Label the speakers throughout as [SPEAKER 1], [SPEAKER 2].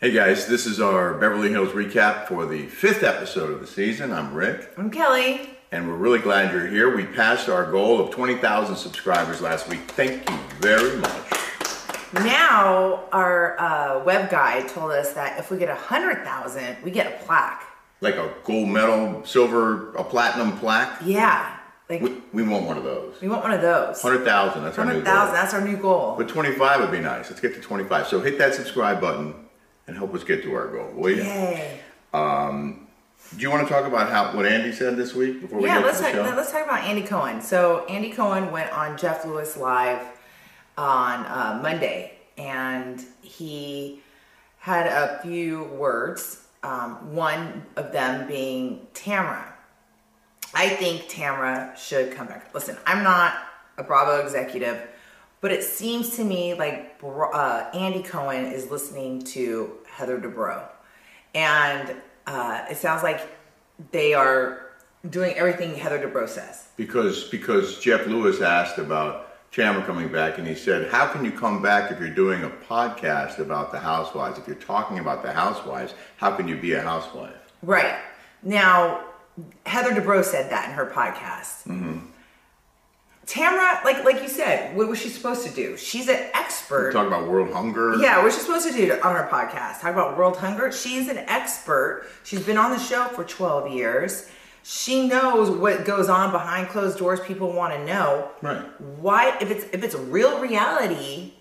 [SPEAKER 1] Hey guys, this is our Beverly Hills recap for the fifth episode of the season. I'm Rick,
[SPEAKER 2] I'm Kelly.
[SPEAKER 1] and we're really glad you're here. We passed our goal of 20,000 subscribers last week. Thank you very much.
[SPEAKER 2] Now our uh, web guy told us that if we get a hundred thousand, we get a plaque.
[SPEAKER 1] Like a gold medal, silver, a platinum plaque.
[SPEAKER 2] Yeah, like
[SPEAKER 1] We, we want one of those.
[SPEAKER 2] we want one of those.
[SPEAKER 1] 100,000, that's our new
[SPEAKER 2] Hundred
[SPEAKER 1] goal.
[SPEAKER 2] thousand. That's our new goal.
[SPEAKER 1] But 25 would be nice. Let's get to 25. So hit that subscribe button and help us get to our goal, will you?
[SPEAKER 2] Yay!
[SPEAKER 1] Do you want to talk about how what Andy said this week before we
[SPEAKER 2] Yeah,
[SPEAKER 1] get
[SPEAKER 2] let's
[SPEAKER 1] to the
[SPEAKER 2] talk,
[SPEAKER 1] show?
[SPEAKER 2] let's talk about Andy Cohen. So Andy Cohen went on Jeff Lewis Live on uh, Monday, and he had a few words. Um, one of them being Tamara. I think Tamara should come back. Listen, I'm not a Bravo executive, but it seems to me like Bra- uh, Andy Cohen is listening to Heather Dubrow. And uh, it sounds like they are doing everything Heather Dubrow says.
[SPEAKER 1] because because Jeff Lewis asked about Chandler coming back, and he said, "How can you come back if you're doing a podcast about the housewives? If you're talking about the housewives, how can you be a housewife?"
[SPEAKER 2] Right. Now, Heather Dubrow said that in her podcast. Tamara, like like you said, what was she supposed to do? She's an expert.
[SPEAKER 1] Talk about world hunger.
[SPEAKER 2] Yeah, what's she supposed to do to- on her podcast? Talk about world hunger? She's an expert. She's been on the show for 12 years. She knows what goes on behind closed doors. People want to know.
[SPEAKER 1] Right.
[SPEAKER 2] Why if it's if it's real reality,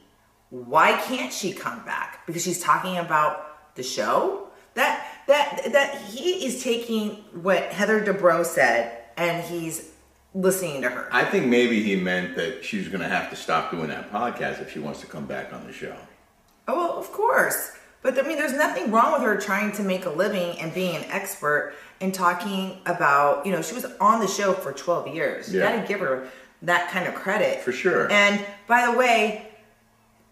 [SPEAKER 2] why can't she come back? Because she's talking about the show? That that that he is taking what Heather Dubrow said and he's listening to her.
[SPEAKER 1] I think maybe he meant that she's going to have to stop doing that podcast if she wants to come back on the show.
[SPEAKER 2] Oh, well, of course. But I mean, there's nothing wrong with her trying to make a living and being an expert and talking about, you know, she was on the show for 12 years. You
[SPEAKER 1] Yeah.
[SPEAKER 2] gotta give her that kind of credit.
[SPEAKER 1] For sure.
[SPEAKER 2] And by the way,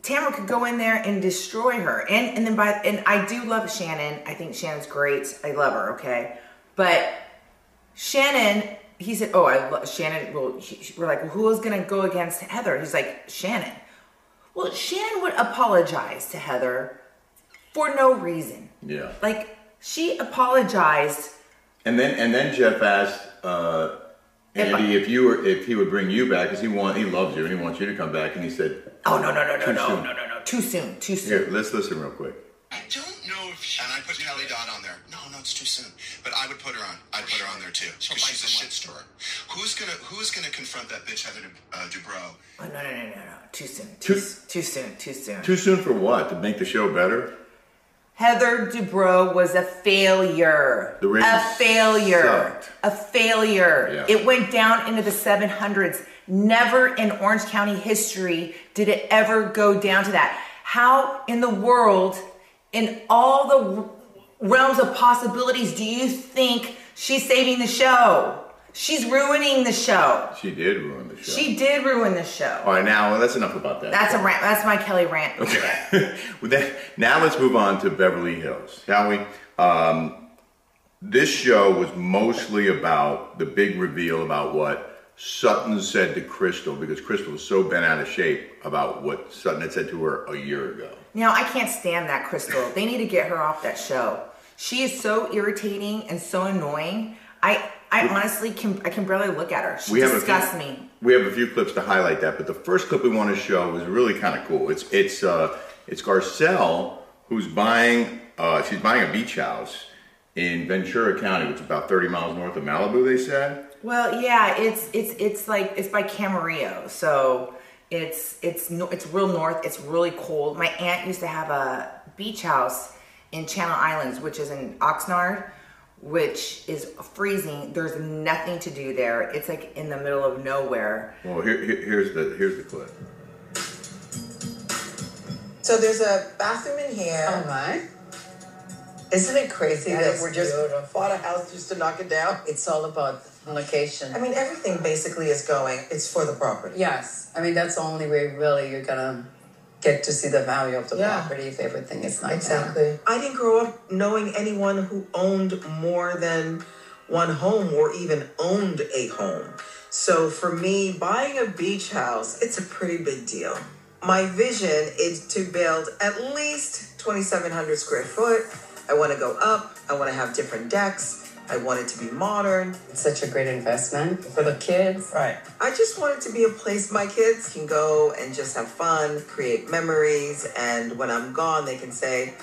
[SPEAKER 2] Tamara could go in there and destroy her. And and then by and I do love Shannon. I think Shannon's great. I love her, okay? But Shannon, he said, "Oh, I love Shannon." Well, she, she- we're like, well, "Who is gonna go against Heather?" He's like, "Shannon." Well, Shannon would apologize to Heather for no reason.
[SPEAKER 1] Yeah.
[SPEAKER 2] Like she apologized.
[SPEAKER 1] And then and then Jeff asked uh,
[SPEAKER 2] If I-
[SPEAKER 1] Andy if you were if he would bring you back because he want he loves you and he wants you to come back, and he said,
[SPEAKER 2] Oh no no no no
[SPEAKER 1] Too
[SPEAKER 2] no
[SPEAKER 1] soon.
[SPEAKER 2] no no no! Too soon, too soon.
[SPEAKER 1] "Here, let's listen real quick."
[SPEAKER 3] I don't know if she.
[SPEAKER 4] And I put Kelly Dodd on there. No, no, it's too soon. But I would put her on. I'd put her on there too.
[SPEAKER 3] She'll
[SPEAKER 4] Because
[SPEAKER 3] find
[SPEAKER 4] she's a
[SPEAKER 3] someone.
[SPEAKER 4] shit storer. Who's gonna Who's gonna confront that bitch Heather Du- uh, Dubrow?
[SPEAKER 2] Oh, no no no no no! Too soon, too
[SPEAKER 1] Too-
[SPEAKER 2] s- too soon, too soon.
[SPEAKER 1] Too soon for what? To make the show better?
[SPEAKER 2] Heather Dubrow was a failure.
[SPEAKER 1] The ratings
[SPEAKER 2] a failure.
[SPEAKER 1] sucked.
[SPEAKER 2] A failure.
[SPEAKER 1] Yeah.
[SPEAKER 2] It went down into the 700s. Never in Orange County history did it ever go down to that. How in the world, in all the w- realms of possibilities, do you think she's saving the show? She's ruining the show.
[SPEAKER 1] She did ruin the show.
[SPEAKER 2] She did ruin the show.
[SPEAKER 1] All right, now well, that's enough about that.
[SPEAKER 2] That's a rant. That's my Kelly rant.
[SPEAKER 1] With that- now let's move on to Beverly Hills, shall we? Um, this show was mostly about the big reveal about what Sutton said to Crystal because Crystal was so bent out of shape about what Sutton had said to her a year ago.
[SPEAKER 2] Now I can't stand that Crystal. They need to get her off that show. She is so irritating and so annoying. I I honestly can I can barely look at her. She disgusts
[SPEAKER 1] a few,
[SPEAKER 2] me.
[SPEAKER 1] We have a few clips to highlight that, but the first clip we want to show is really kind of cool. It's it's uh, it's Garcelle who's buying uh, she's buying a beach house in Ventura County, which is about 30 miles north of Malibu. They said.
[SPEAKER 2] Well, yeah, it's it's it's like it's by Camarillo, so it's it's no, it's real north. It's really cold. My aunt used to have a beach house in Channel Islands, which is in Oxnard, which is freezing. There's nothing to do there. It's like in the middle of nowhere.
[SPEAKER 1] Well, here, here- here's the here's the clip.
[SPEAKER 3] So there's a bathroom in here.
[SPEAKER 5] All right.
[SPEAKER 3] Isn't it crazy
[SPEAKER 5] That
[SPEAKER 3] that,
[SPEAKER 5] is
[SPEAKER 3] we're just
[SPEAKER 5] beautiful.
[SPEAKER 3] bought a house just to knock it down?
[SPEAKER 5] It's all about location.
[SPEAKER 3] I mean, everything basically is going. It's for the property.
[SPEAKER 5] yes. I mean, that's the only way really you're going to get to see the value of the
[SPEAKER 3] Yeah.
[SPEAKER 5] property if everything is not
[SPEAKER 3] Exactly. I didn't grow up knowing anyone who owned more than one home or even owned a home. So for me, buying a beach house, it's a pretty big deal. My vision is to build at least 2,700 square foot. I want to go up. I want to have different decks. I want it to be modern.
[SPEAKER 5] It's such a great investment for the kids.
[SPEAKER 3] Right. I just want it to be a place my kids can go and just have fun, create memories, and when I'm gone, they can say,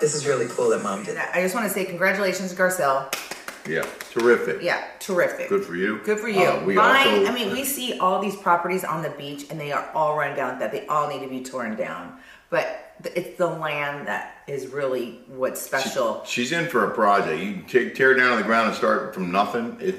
[SPEAKER 3] "This is really cool that mom did
[SPEAKER 2] And
[SPEAKER 3] that."
[SPEAKER 2] I I just want to say congratulations, Garcelle.
[SPEAKER 1] Yeah, terrific.
[SPEAKER 2] Yeah, terrific.
[SPEAKER 1] Good for you.
[SPEAKER 2] Good for you.
[SPEAKER 1] Uh, we
[SPEAKER 2] Mine,
[SPEAKER 1] also-
[SPEAKER 2] I mean, we see all these properties on the beach and they are all run down, that they all need to be torn down. But th- it's the land that is really what's special.
[SPEAKER 1] She's in for a project. You t- tear it down to the ground and start from nothing. It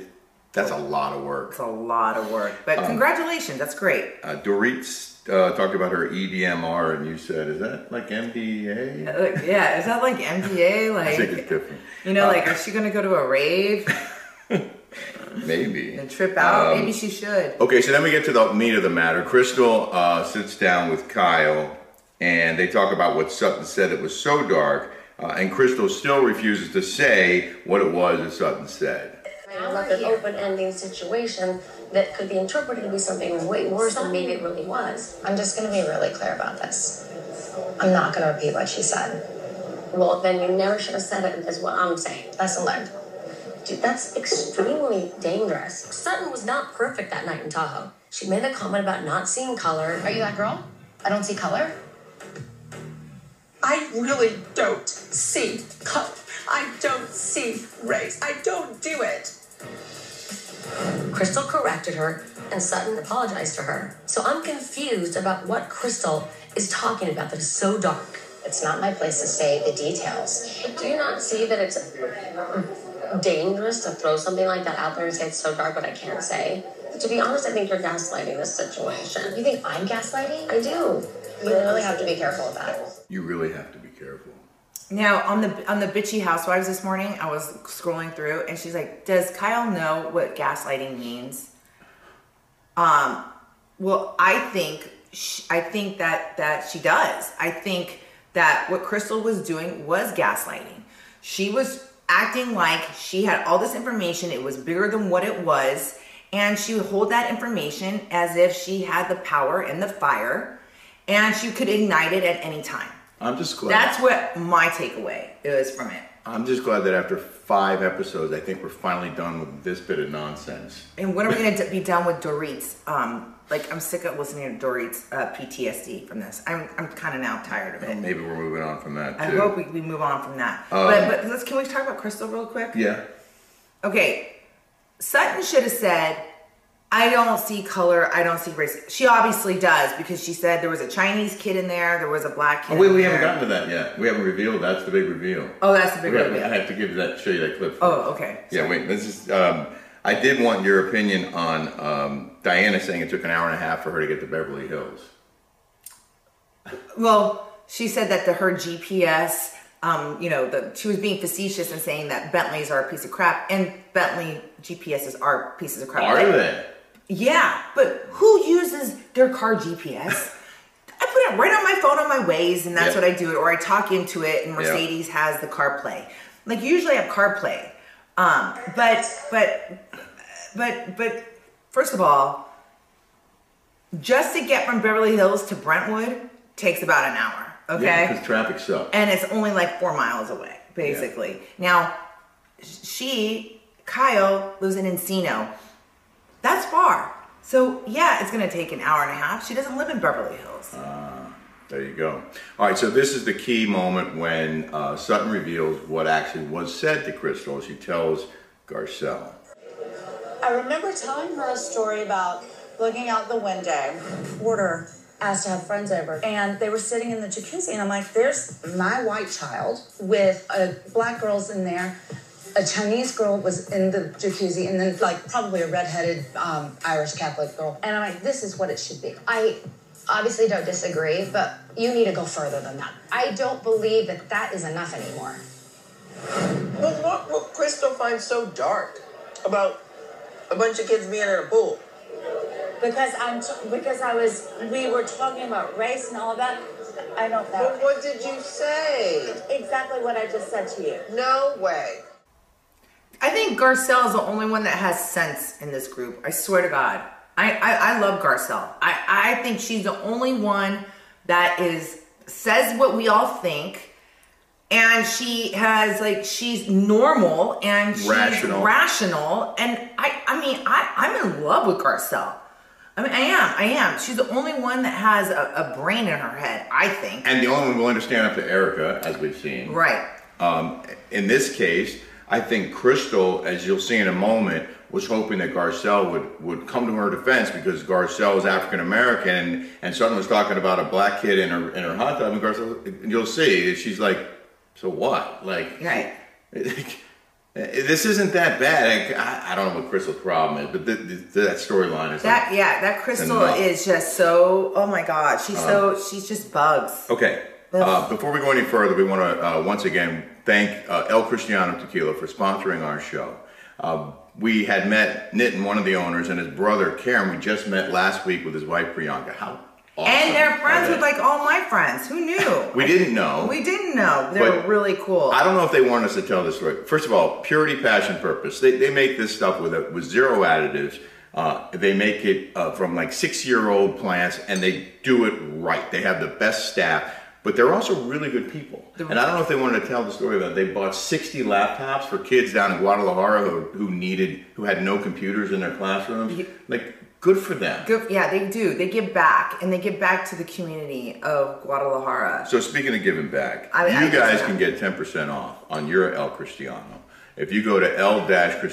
[SPEAKER 1] that's a lot of work.
[SPEAKER 2] It's a lot of work. But
[SPEAKER 1] Um,
[SPEAKER 2] congratulations, that's great.
[SPEAKER 1] Uh, Dorit uh, talked about her EDMR, and you said, "Is that like MDA?"
[SPEAKER 2] Like, Uh, yeah, is that like MDA?
[SPEAKER 1] I think it's Uh,
[SPEAKER 2] Like,
[SPEAKER 1] different.
[SPEAKER 2] you know, like, is she going to go to a rave
[SPEAKER 1] Maybe.
[SPEAKER 2] and trip
[SPEAKER 1] um,
[SPEAKER 2] out? Maybe she should.
[SPEAKER 1] Okay, so then we get to the meat of the matter. Crystal uh, sits down with Kyle, and they talk about what Sutton said that was so dark, uh, and Crystal still refuses to say what it was that Sutton said.
[SPEAKER 6] It was like an open-ending situation that could be interpreted to be something way worse than maybe it really was.
[SPEAKER 7] I'm just going to be really clear about this. I'm not going to repeat what she said.
[SPEAKER 6] Well, then you never should have said it, is what I'm saying.
[SPEAKER 7] Lesson learned.
[SPEAKER 6] Dude, that's extremely dangerous. Sutton was not perfect that night in Tahoe. She made the comment about not seeing color.
[SPEAKER 7] Are you that girl? I don't see color.
[SPEAKER 3] I really don't see color. I don't see race. I don't do it.
[SPEAKER 6] Crystal corrected her, and Sutton apologized to her. So I'm confused about what Crystal is talking about that is so dark.
[SPEAKER 7] It's not my place to say the details.
[SPEAKER 6] Do you not see that it's dangerous to throw something like that out there and say it's so dark, but I can't say? To be honest, I think you're gaslighting this situation.
[SPEAKER 7] You think I'm gaslighting?
[SPEAKER 6] I do.
[SPEAKER 7] You really have to be careful of that.
[SPEAKER 1] You really have to be careful.
[SPEAKER 2] Now on the on the bitchy housewives this morning, I was scrolling through and she's like, "Does Kyle know what gaslighting means?" Um, well, I think sh I think that that she does. I think that what Crystal was doing was gaslighting. She was acting like she had all this information. It was bigger than what it was, and she would hold that information as if she had the power and the fire, and she could ignite it at any time.
[SPEAKER 1] I'm just glad.
[SPEAKER 2] That's what my takeaway is from it.
[SPEAKER 1] I'm just glad that after five episodes, I think we're finally done with this bit of nonsense.
[SPEAKER 2] And when are we going to be done with Dorit's? Um, like I'm sick of listening to Dorit's uh, PTSD from this. I'm I'm kind of now tired of it.
[SPEAKER 1] Oh, Maybe we're moving on from that
[SPEAKER 2] I
[SPEAKER 1] too. Uh,
[SPEAKER 2] hope we, we move on from that. but but let's can we talk about Crystal real quick?
[SPEAKER 1] yeah.
[SPEAKER 2] Okay, Sutton should have said, "I don't see color. I don't see race." She obviously does because she said there was a Chinese kid in there. There was a black kid.
[SPEAKER 1] Oh, wait,
[SPEAKER 2] in
[SPEAKER 1] we
[SPEAKER 2] there.
[SPEAKER 1] haven't gotten to that yet. We haven't revealed. That's the big reveal.
[SPEAKER 2] Oh, that's the big
[SPEAKER 1] We have, I
[SPEAKER 2] reveal.
[SPEAKER 1] have to give you that, show you that clip. first.
[SPEAKER 2] Oh, okay.
[SPEAKER 1] Yeah, wait. This is. Um, I did want your opinion on um, Diana saying it took an hour and a half for her to get to Beverly Hills.
[SPEAKER 2] Well, she said that the her GPS, um, you know, the, she was being facetious and saying that Bentleys are a piece of crap, and Bentley GPSs are pieces of crap.
[SPEAKER 1] Are
[SPEAKER 2] Like,
[SPEAKER 1] they?
[SPEAKER 2] Yeah, but who uses their car GPS? I put it right on my phone on my ways, and that's
[SPEAKER 1] Yeah.
[SPEAKER 2] what I do it, or I talk into it, and Mercedes has the CarPlay. Like usually I have CarPlay, um, but but but but first of all, just to get from Beverly Hills to Brentwood takes about an hour. Okay,
[SPEAKER 1] Because traffic sucks.
[SPEAKER 2] and it's only like four miles away, basically. Now, she, Kyle, lives in Encino. That's far. So, yeah, it's going to take an hour and a half. She doesn't live in Beverly Hills.
[SPEAKER 1] There you go. All right, so this is the key moment when uh, Sutton reveals what actually was said to Crystal. She tells Garcelle.
[SPEAKER 8] I remember telling her a story about looking out the window. Porter asked to have friends over, and they were sitting in the jacuzzi, and I'm like, "There's my white child with a black girl's in there." A Chinese girl was in the jacuzzi, and then like probably a redheaded um, Irish Catholic girl, and I'm like, "This is what it should be." I,
[SPEAKER 7] obviously don't disagree, but you need to go further than that. I don't believe that that is enough anymore.
[SPEAKER 3] But what will Crystal find so dark about a bunch of kids being in a pool?
[SPEAKER 8] Because I'm t- because I was we were talking about race and all that. I don't
[SPEAKER 3] But
[SPEAKER 8] know
[SPEAKER 3] what did you say?
[SPEAKER 8] exactly what I just said to you.
[SPEAKER 3] No way.
[SPEAKER 2] I think Garcelle's the only one that has sense in this group. I swear to God. I, I, I love Garcelle. I, I think she's the only one that is says what we all think. And she has like she's normal and she's
[SPEAKER 1] Rational.
[SPEAKER 2] rational. And I I mean I, I'm in love with Garcelle. I mean I am, I am. She's the only one that has a, a brain in her head, I think.
[SPEAKER 1] And the only one willing to stand up to Erica, as we've seen.
[SPEAKER 2] Right.
[SPEAKER 1] Um, in this case, I think Crystal, as you'll see in a moment, was hoping that Garcelle would, would come to her defense because Garcelle is African American and, and someone was talking about a black kid in her in her hot tub and Garcelle, and you'll see, she's like, so what? Like,
[SPEAKER 2] Right.
[SPEAKER 1] this isn't that bad. I, I don't know what Crystal's problem is, but th- th- that storyline is
[SPEAKER 2] That yeah, that crystal
[SPEAKER 1] Enough.
[SPEAKER 2] is just so. Oh my god, she's
[SPEAKER 1] Uh-huh.
[SPEAKER 2] so she's just bugs.
[SPEAKER 1] Okay. Uh, before we go any further, we want to uh, once again thank uh, El Cristiano Tequila for sponsoring our show. Uh, we had met Nitin, one of the owners, and his brother Karen. We just met last week with his wife Priyanka. How awesome!
[SPEAKER 2] And they're friends
[SPEAKER 1] are
[SPEAKER 2] with
[SPEAKER 1] they?
[SPEAKER 2] like all my friends. Who knew?
[SPEAKER 1] we didn't know.
[SPEAKER 2] we didn't know. They were
[SPEAKER 1] But-
[SPEAKER 2] really cool.
[SPEAKER 1] I don't know if they want us to tell this story. First of all, purity, passion, purpose. They, they make this stuff with a, with zero additives. Uh, they make it uh, from like six year old plants, and they do it right. They have the best staff, but they're also really good people. And I don't know if they wanted to tell the story about they bought sixty laptops for kids down in Guadalajara who, who needed who had no computers in their classrooms. Like, good for them.
[SPEAKER 2] Good- yeah, they do. They give back and they give back to the community of Guadalajara.
[SPEAKER 1] So speaking of giving back,
[SPEAKER 2] I- I
[SPEAKER 1] you
[SPEAKER 2] guess
[SPEAKER 1] guys
[SPEAKER 2] not.
[SPEAKER 1] can get 10% off on your El Cristiano. If you go to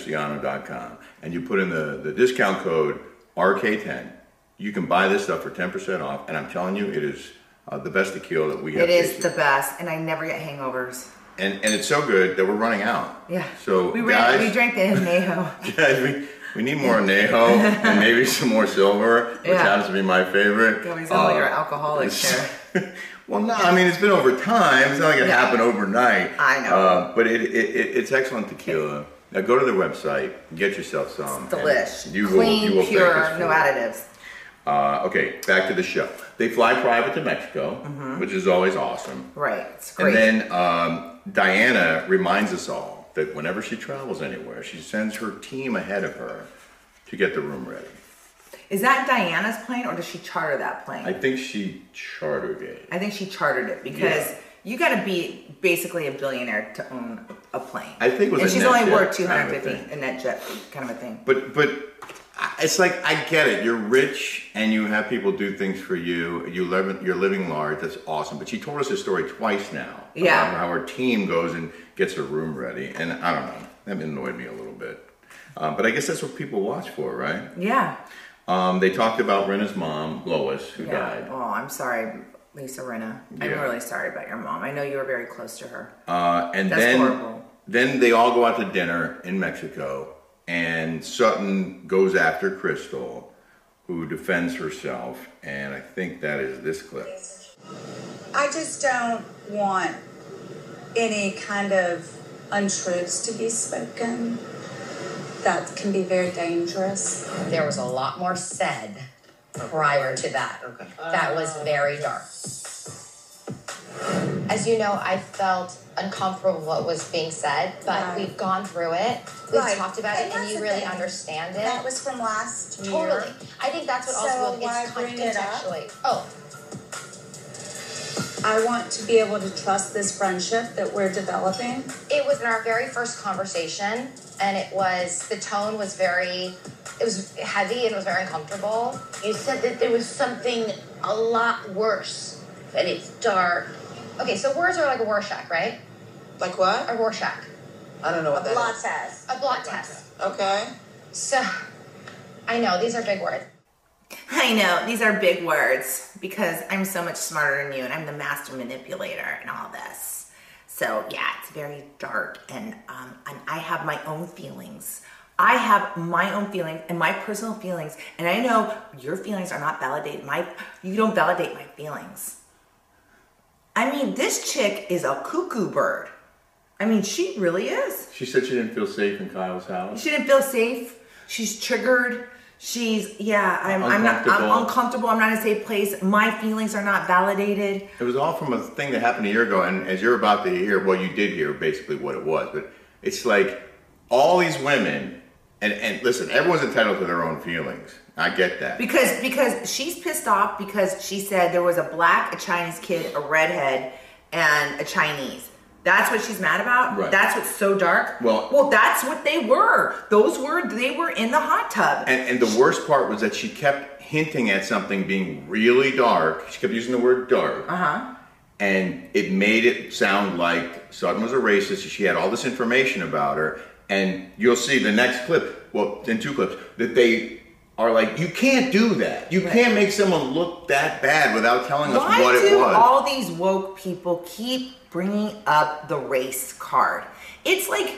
[SPEAKER 1] el-cristiano.com and you put in the, the discount code RK10, you can buy this stuff for 10% off. And I'm telling you, it is uh, the best tequila that we have
[SPEAKER 2] It is
[SPEAKER 1] tasted.
[SPEAKER 2] the best, and I never get hangovers.
[SPEAKER 1] and, and it's so good that we're running out.
[SPEAKER 2] Yeah.
[SPEAKER 1] So
[SPEAKER 2] we
[SPEAKER 1] guys,
[SPEAKER 2] ran, we drank the añejo.
[SPEAKER 1] guys, we, we need more añejo and maybe some more silver, which
[SPEAKER 2] Yeah.
[SPEAKER 1] happens to be my favorite.
[SPEAKER 2] God, we sound like
[SPEAKER 1] Uh,
[SPEAKER 2] you're alcoholic there.
[SPEAKER 1] well, no, I mean it's been over time. It's not like it
[SPEAKER 2] Yeah.
[SPEAKER 1] happened overnight.
[SPEAKER 2] I know.
[SPEAKER 1] uh, but it, it, it it's excellent tequila. Now go to their website, get yourself some. and
[SPEAKER 2] Delish.
[SPEAKER 1] You
[SPEAKER 2] Clean,
[SPEAKER 1] will, you will thank
[SPEAKER 2] pure,
[SPEAKER 1] us for
[SPEAKER 2] no
[SPEAKER 1] it.
[SPEAKER 2] additives.
[SPEAKER 1] Uh, okay, back to the show. They fly private to Mexico, which is always awesome.
[SPEAKER 2] Mm-hmm. Right. It's great.
[SPEAKER 1] And then um, Diana reminds us all that whenever she travels anywhere, she sends her team ahead of her to get the room ready.
[SPEAKER 2] is that Diana's plane or does she charter that plane?
[SPEAKER 1] I think she chartered it.
[SPEAKER 2] I think she chartered it because
[SPEAKER 1] Yeah.
[SPEAKER 2] you got to be basically a billionaire to own a plane.
[SPEAKER 1] I think it was
[SPEAKER 2] and
[SPEAKER 1] a
[SPEAKER 2] she's
[SPEAKER 1] net
[SPEAKER 2] only
[SPEAKER 1] jet
[SPEAKER 2] worth two
[SPEAKER 1] kind of a
[SPEAKER 2] hundred fifty
[SPEAKER 1] thing.
[SPEAKER 2] a net jet kind of a thing.
[SPEAKER 1] But but I- it's like I get it. You're rich and you have people do things for you. You live you're living large. That's awesome. But she told us this story twice now.
[SPEAKER 2] Yeah.
[SPEAKER 1] about How her team goes and gets her room ready, and I don't know. That annoyed me a little bit. Um, but I guess that's what people watch for, right?
[SPEAKER 2] Yeah.
[SPEAKER 1] Um, they talked about Rena's mom, Lois, who
[SPEAKER 2] Yeah.
[SPEAKER 1] died.
[SPEAKER 2] Oh, I'm sorry, Lisa Rinna. I'm
[SPEAKER 1] Yeah.
[SPEAKER 2] really sorry about your mom. I know you were very close to her.
[SPEAKER 1] Uh, and
[SPEAKER 2] That's
[SPEAKER 1] then
[SPEAKER 2] horrible.
[SPEAKER 1] then they all go out to dinner in Mexico, and Sutton goes after Crystal, who defends herself, and I think that is this clip.
[SPEAKER 8] I just don't want any kind of untruths to be spoken. That can be very dangerous.
[SPEAKER 7] There was a lot more said prior to that. That was very dark.
[SPEAKER 6] As you know, I felt uncomfortable with what was being said, but
[SPEAKER 8] Right.
[SPEAKER 6] we've gone through it. We've
[SPEAKER 8] Right.
[SPEAKER 6] talked about
[SPEAKER 8] And
[SPEAKER 6] it, and
[SPEAKER 8] that's
[SPEAKER 6] you
[SPEAKER 8] the
[SPEAKER 6] really
[SPEAKER 8] thing.
[SPEAKER 6] understand it.
[SPEAKER 8] That was from last year.
[SPEAKER 6] Totally. I think that's what
[SPEAKER 8] So
[SPEAKER 6] also
[SPEAKER 8] why
[SPEAKER 6] it's con-
[SPEAKER 8] bring it up?
[SPEAKER 6] contextually. Oh,
[SPEAKER 8] I want to be able to trust this friendship that we're developing.
[SPEAKER 6] it was in our very first conversation, and it was the tone was very, it was heavy and it was very uncomfortable.
[SPEAKER 9] You said that there was something a lot worse, that it's dark.
[SPEAKER 6] Okay, so words are like a Rorschach, right?
[SPEAKER 3] Like what?
[SPEAKER 6] A Rorschach,
[SPEAKER 3] I don't know what that is.
[SPEAKER 8] Lattes.
[SPEAKER 6] a blot test.
[SPEAKER 3] Okay.
[SPEAKER 6] So, I know these are big words.
[SPEAKER 2] I know these are big words because I'm so much smarter than you, and I'm the master manipulator and all this. So yeah, it's very dark, and um, and I have my own feelings. I have my own feelings and my personal feelings, and I know your feelings are not validated. My you don't validate my feelings. I mean, this chick is a cuckoo bird. I mean, she really is.
[SPEAKER 1] She said she didn't feel safe in Kyle's house.
[SPEAKER 2] She didn't feel safe. She's triggered. She's yeah. I'm I'm not. I'm
[SPEAKER 1] Uncomfortable.
[SPEAKER 2] uncomfortable. I'm not in a safe place. My feelings are not validated.
[SPEAKER 1] It was all from a thing that happened a year ago, and as you're about to hear, well, you did hear basically what it was, but it's like all these women, and, and listen, everyone's entitled to their own feelings. I get that.
[SPEAKER 2] Because because she's pissed off because she said there was a black, a Chinese kid, a redhead, and a Chinese. That's what she's mad about.
[SPEAKER 1] Right.
[SPEAKER 2] That's what's so dark.
[SPEAKER 1] Well-
[SPEAKER 2] well, that's what they were. Those were they were in the hot tub.
[SPEAKER 1] And, and the worst part was that she kept hinting at something being really dark. She kept using the word dark.
[SPEAKER 2] Uh huh.
[SPEAKER 1] and it made it sound like Sutton was a racist. She had all this information about her, and you'll see the next clip, well, in two clips, that they are like, you can't do that. You can't make someone look that bad without telling us
[SPEAKER 2] Why
[SPEAKER 1] what
[SPEAKER 2] do
[SPEAKER 1] it was.
[SPEAKER 2] all these woke people keep bringing up the race card? It's like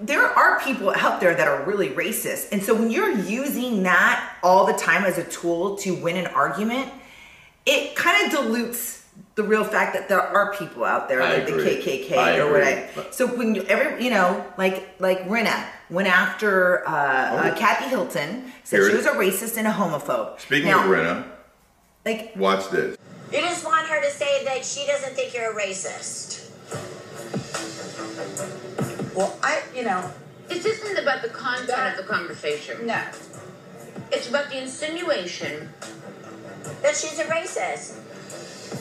[SPEAKER 2] there are people out there that are really racist. And so when you're using that all the time as a tool to win an argument, it kind of dilutes the real fact that there are people out there
[SPEAKER 1] I
[SPEAKER 2] like the
[SPEAKER 1] agree.
[SPEAKER 2] KKK
[SPEAKER 1] I
[SPEAKER 2] or
[SPEAKER 1] agree.
[SPEAKER 2] whatever. So when you, every you know, like like Renna went after uh, uh, Kathy Hilton, said
[SPEAKER 1] Oh. Here
[SPEAKER 2] she
[SPEAKER 1] it-
[SPEAKER 2] was a racist and a homophobe.
[SPEAKER 1] Speaking
[SPEAKER 2] Now,
[SPEAKER 1] of Renna,
[SPEAKER 2] like
[SPEAKER 1] watch this.
[SPEAKER 10] You just want her to say that she doesn't think you're a racist.
[SPEAKER 9] Well, I, you know. This isn't about the content of the conversation. No. It's about the insinuation
[SPEAKER 10] That she's a racist.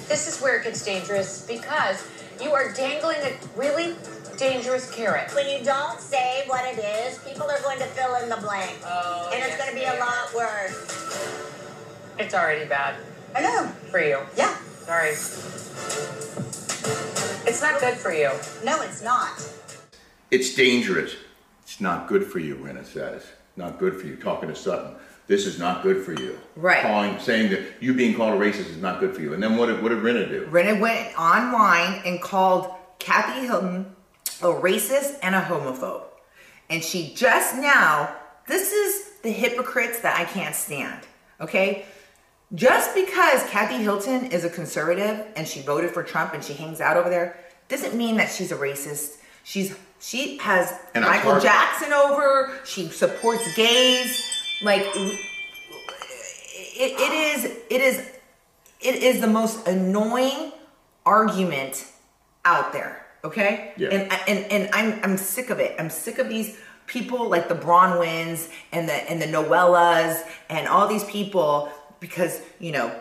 [SPEAKER 8] This is where it gets dangerous because you are dangling a really dangerous carrot.
[SPEAKER 10] When you don't say what it is, people are going to fill in the blank. and it's
[SPEAKER 8] Oh, yes,
[SPEAKER 10] going to be
[SPEAKER 8] they
[SPEAKER 10] a
[SPEAKER 8] are.
[SPEAKER 10] lot worse.
[SPEAKER 8] It's already bad. I know. For you. Yeah. Sorry. It's not good for you.
[SPEAKER 10] No, it's not.
[SPEAKER 1] It's dangerous. It's not good for you, Renna says. Not good for you. Talking to Sutton. This is not good for you.
[SPEAKER 2] Right.
[SPEAKER 1] Calling, saying that you being called a racist is not good for you. And then what did, what did Renna do?
[SPEAKER 2] Renna went online and called Kathy Hilton a racist and a homophobe. And she just now, this is the hypocrites that I can't stand. Okay? Just because Kathy Hilton is a conservative and she voted for Trump and she hangs out over there doesn't mean that she's a racist. She's she has
[SPEAKER 1] And a
[SPEAKER 2] Michael
[SPEAKER 1] target.
[SPEAKER 2] Jackson over. She supports gays. Like it, it is it is it is the most annoying argument out there. Okay.
[SPEAKER 11] Yeah.
[SPEAKER 2] And and and I'm I'm sick of it. I'm sick of these people like the Bronwyns and the and the Noellas and all these people because you know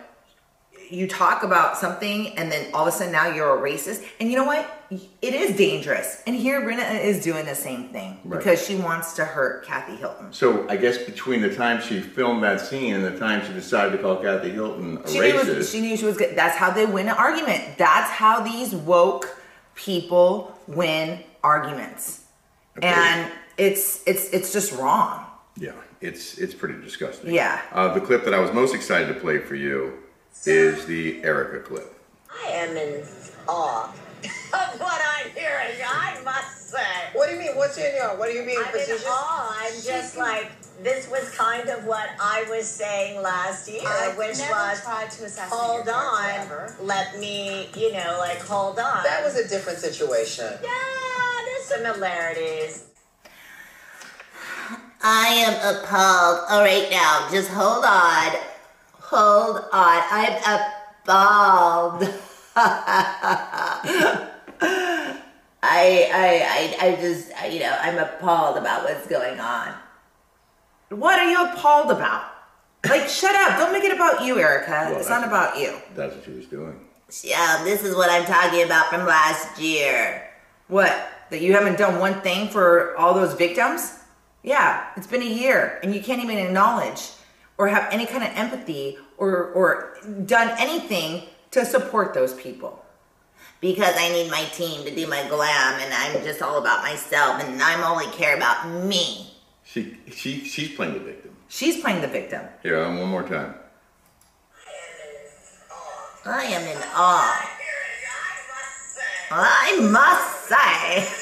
[SPEAKER 2] you talk about something and then all of a sudden now you're a racist and you know what it is dangerous and here Brenna is doing the same thing
[SPEAKER 1] Right.
[SPEAKER 2] because she wants to hurt Kathy Hilton.
[SPEAKER 1] So I guess between the time she filmed that scene and the time she decided to call Kathy Hilton a
[SPEAKER 2] She knew,
[SPEAKER 1] racist,
[SPEAKER 2] it was, she knew she was good. That's how they win an argument. That's how these woke people win arguments. And it's it's it's just wrong.
[SPEAKER 1] yeah, it's it's pretty disgusting.
[SPEAKER 2] Yeah.
[SPEAKER 1] Uh, the clip that I was most excited to play for you is the Erica clip.
[SPEAKER 10] I am in awe of what I'm hearing, I must say. What do you mean? What's in awe? What do you mean? I'm in awe. I'm just like, this was kind of what I was saying last year,
[SPEAKER 8] I've
[SPEAKER 10] which
[SPEAKER 8] never
[SPEAKER 10] was,
[SPEAKER 8] tried to assassinate
[SPEAKER 10] hold
[SPEAKER 8] your thoughts
[SPEAKER 10] on,
[SPEAKER 8] ever.
[SPEAKER 10] let me, you know, like, hold on.
[SPEAKER 3] That was a different situation.
[SPEAKER 10] Yeah, there's similarities.
[SPEAKER 12] I am appalled. All right, now, just hold on. Hold on. I'm appalled. I, I, I, I just, I, you know, I'm appalled about what's going on.
[SPEAKER 2] What are you appalled about? Like shut up. Don't make it about you, Erica.
[SPEAKER 12] Well,
[SPEAKER 2] it's not about you.
[SPEAKER 1] That's what she was doing.
[SPEAKER 12] Um, this is what I'm talking about from last year.
[SPEAKER 2] What? That you haven't done one thing for all those victims? Yeah, it's been a year and you can't even acknowledge or have any kind of empathy or or done anything to support those people.
[SPEAKER 12] because I need my team to do my glam and I'm just all about myself and I'm only care about me.
[SPEAKER 1] She she she's playing the victim.
[SPEAKER 2] She's playing the victim.
[SPEAKER 1] Here, um, one more time.
[SPEAKER 12] I am in awe. I must say.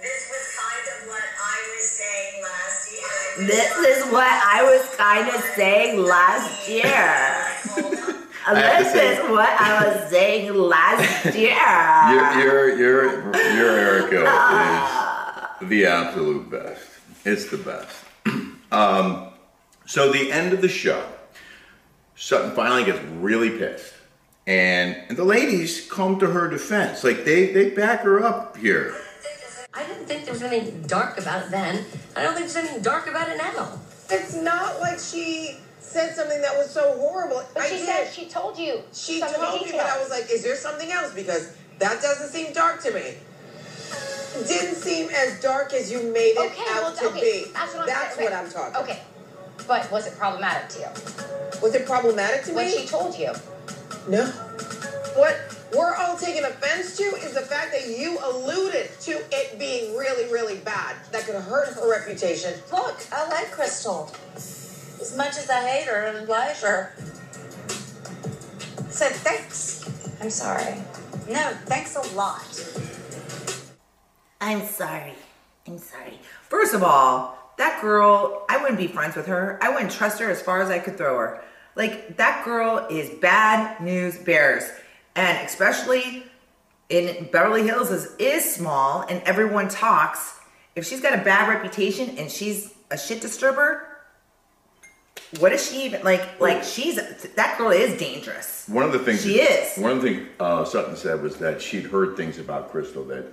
[SPEAKER 10] This was kind of what I saying last year.
[SPEAKER 12] This is what I was kind of saying last year.
[SPEAKER 1] I have to
[SPEAKER 12] this
[SPEAKER 1] say-
[SPEAKER 12] is what I was saying last year.
[SPEAKER 2] Ah.
[SPEAKER 1] Your your your your Erica is the absolute best. It's the best. um, so the end of the show, Sutton finally gets really pissed, and, and the ladies come to her defense. Like they they back her up here.
[SPEAKER 6] I didn't think there was anything dark about it then. I don't think there's anything dark about it now.
[SPEAKER 3] It's not like she said something that was so horrible.
[SPEAKER 6] But
[SPEAKER 3] I
[SPEAKER 6] she
[SPEAKER 3] did.
[SPEAKER 6] said she told you.
[SPEAKER 3] She
[SPEAKER 6] some of the
[SPEAKER 3] told me, but I was
[SPEAKER 6] details.
[SPEAKER 3] like, is there something else? Because that doesn't seem dark to me. Didn't seem as dark as you made it
[SPEAKER 7] Okay,
[SPEAKER 3] out
[SPEAKER 7] well,
[SPEAKER 3] to
[SPEAKER 7] okay,
[SPEAKER 3] be.
[SPEAKER 7] that's what I'm
[SPEAKER 3] That's
[SPEAKER 7] saying.
[SPEAKER 3] what I'm talking.
[SPEAKER 7] Okay, but was it problematic to you?
[SPEAKER 3] Was it problematic to
[SPEAKER 7] What
[SPEAKER 3] me?
[SPEAKER 7] she told you?
[SPEAKER 3] No. What we're all taking offense to is the fact that you alluded to it being really, really bad. That could hurt her reputation.
[SPEAKER 10] Look, I like Crystal. As much as I hate her and like her. So thanks.
[SPEAKER 8] I'm sorry.
[SPEAKER 10] No, thanks a lot.
[SPEAKER 12] I'm sorry. I'm sorry.
[SPEAKER 2] First of all, that girl, I wouldn't be friends with her. I wouldn't trust her as far as I could throw her. Like, that girl is bad news bears. And especially in Beverly Hills is, is small and everyone talks. If she's got a bad reputation and she's a shit disturber, what is she even like? Like she's that girl is dangerous.
[SPEAKER 1] One of the things
[SPEAKER 2] She is.
[SPEAKER 1] One of the things uh, Sutton said was that she'd heard things about Crystal that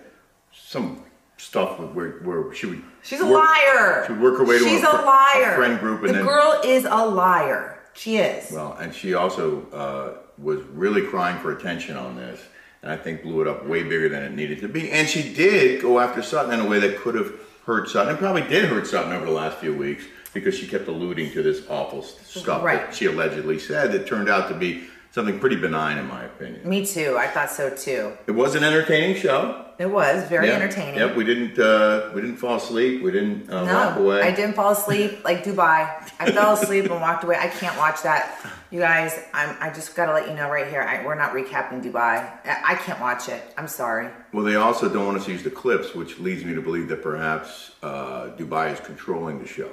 [SPEAKER 1] some stuff with where, where she would.
[SPEAKER 2] She's a
[SPEAKER 1] work-
[SPEAKER 2] liar.
[SPEAKER 1] She'd work her way to
[SPEAKER 2] She's
[SPEAKER 1] a,
[SPEAKER 2] a,
[SPEAKER 1] fr-
[SPEAKER 2] liar.
[SPEAKER 1] a friend group, and
[SPEAKER 2] the
[SPEAKER 1] then
[SPEAKER 2] girl is a liar. She is.
[SPEAKER 1] well, and she also uh, was really crying for attention on this, and I think blew it up way bigger than it needed to be. And she did go after Sutton in a way that could have hurt Sutton, and probably did hurt Sutton over the last few weeks because she kept alluding to this awful s- stuff
[SPEAKER 2] Right.
[SPEAKER 1] that she allegedly said that turned out to be something pretty benign, in my opinion.
[SPEAKER 2] Me too. I thought so too.
[SPEAKER 1] It was an entertaining show.
[SPEAKER 2] It was very
[SPEAKER 1] Yeah.
[SPEAKER 2] entertaining.
[SPEAKER 1] Yep, we didn't uh, we didn't fall asleep. We didn't uh, walk away.
[SPEAKER 2] I didn't fall asleep like Dubai. I fell asleep and walked away. I can't watch that. You guys, I'm. I just gotta let you know right here. I, we're not recapping Dubai. I, I can't watch it. I'm sorry.
[SPEAKER 1] Well, they also don't want us to use the clips, which leads me to believe that perhaps uh, Dubai is controlling the show.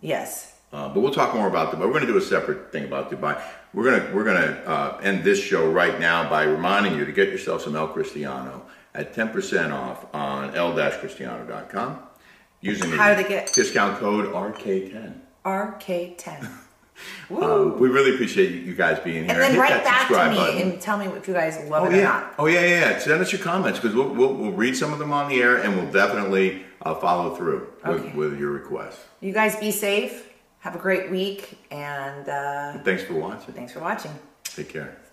[SPEAKER 2] Yes.
[SPEAKER 1] Uh, but we'll talk more about Dubai. We're going to do a separate thing about Dubai. We're going to we're going to uh, end this show right now by reminding you to get yourself some El Cristiano at 10% off on el-cristiano.com using the
[SPEAKER 2] How do they get-
[SPEAKER 1] discount code RK10.
[SPEAKER 2] RK10.
[SPEAKER 1] Um, we really appreciate you- you guys being here.
[SPEAKER 2] And then
[SPEAKER 1] Hit
[SPEAKER 2] write
[SPEAKER 1] that
[SPEAKER 2] back to
[SPEAKER 1] subscribe
[SPEAKER 2] me
[SPEAKER 1] button.
[SPEAKER 2] and tell me if you guys love
[SPEAKER 1] Oh
[SPEAKER 2] it or not.
[SPEAKER 1] yeah. Oh yeah, yeah, yeah. Send us your comments because we'll, we'll, we'll read some of them on the air and we'll definitely uh, follow through with, with your requests.
[SPEAKER 2] You guys be safe. Have a great week and uh,
[SPEAKER 1] Thanks for watching.
[SPEAKER 2] thanks for watching.
[SPEAKER 1] Take care.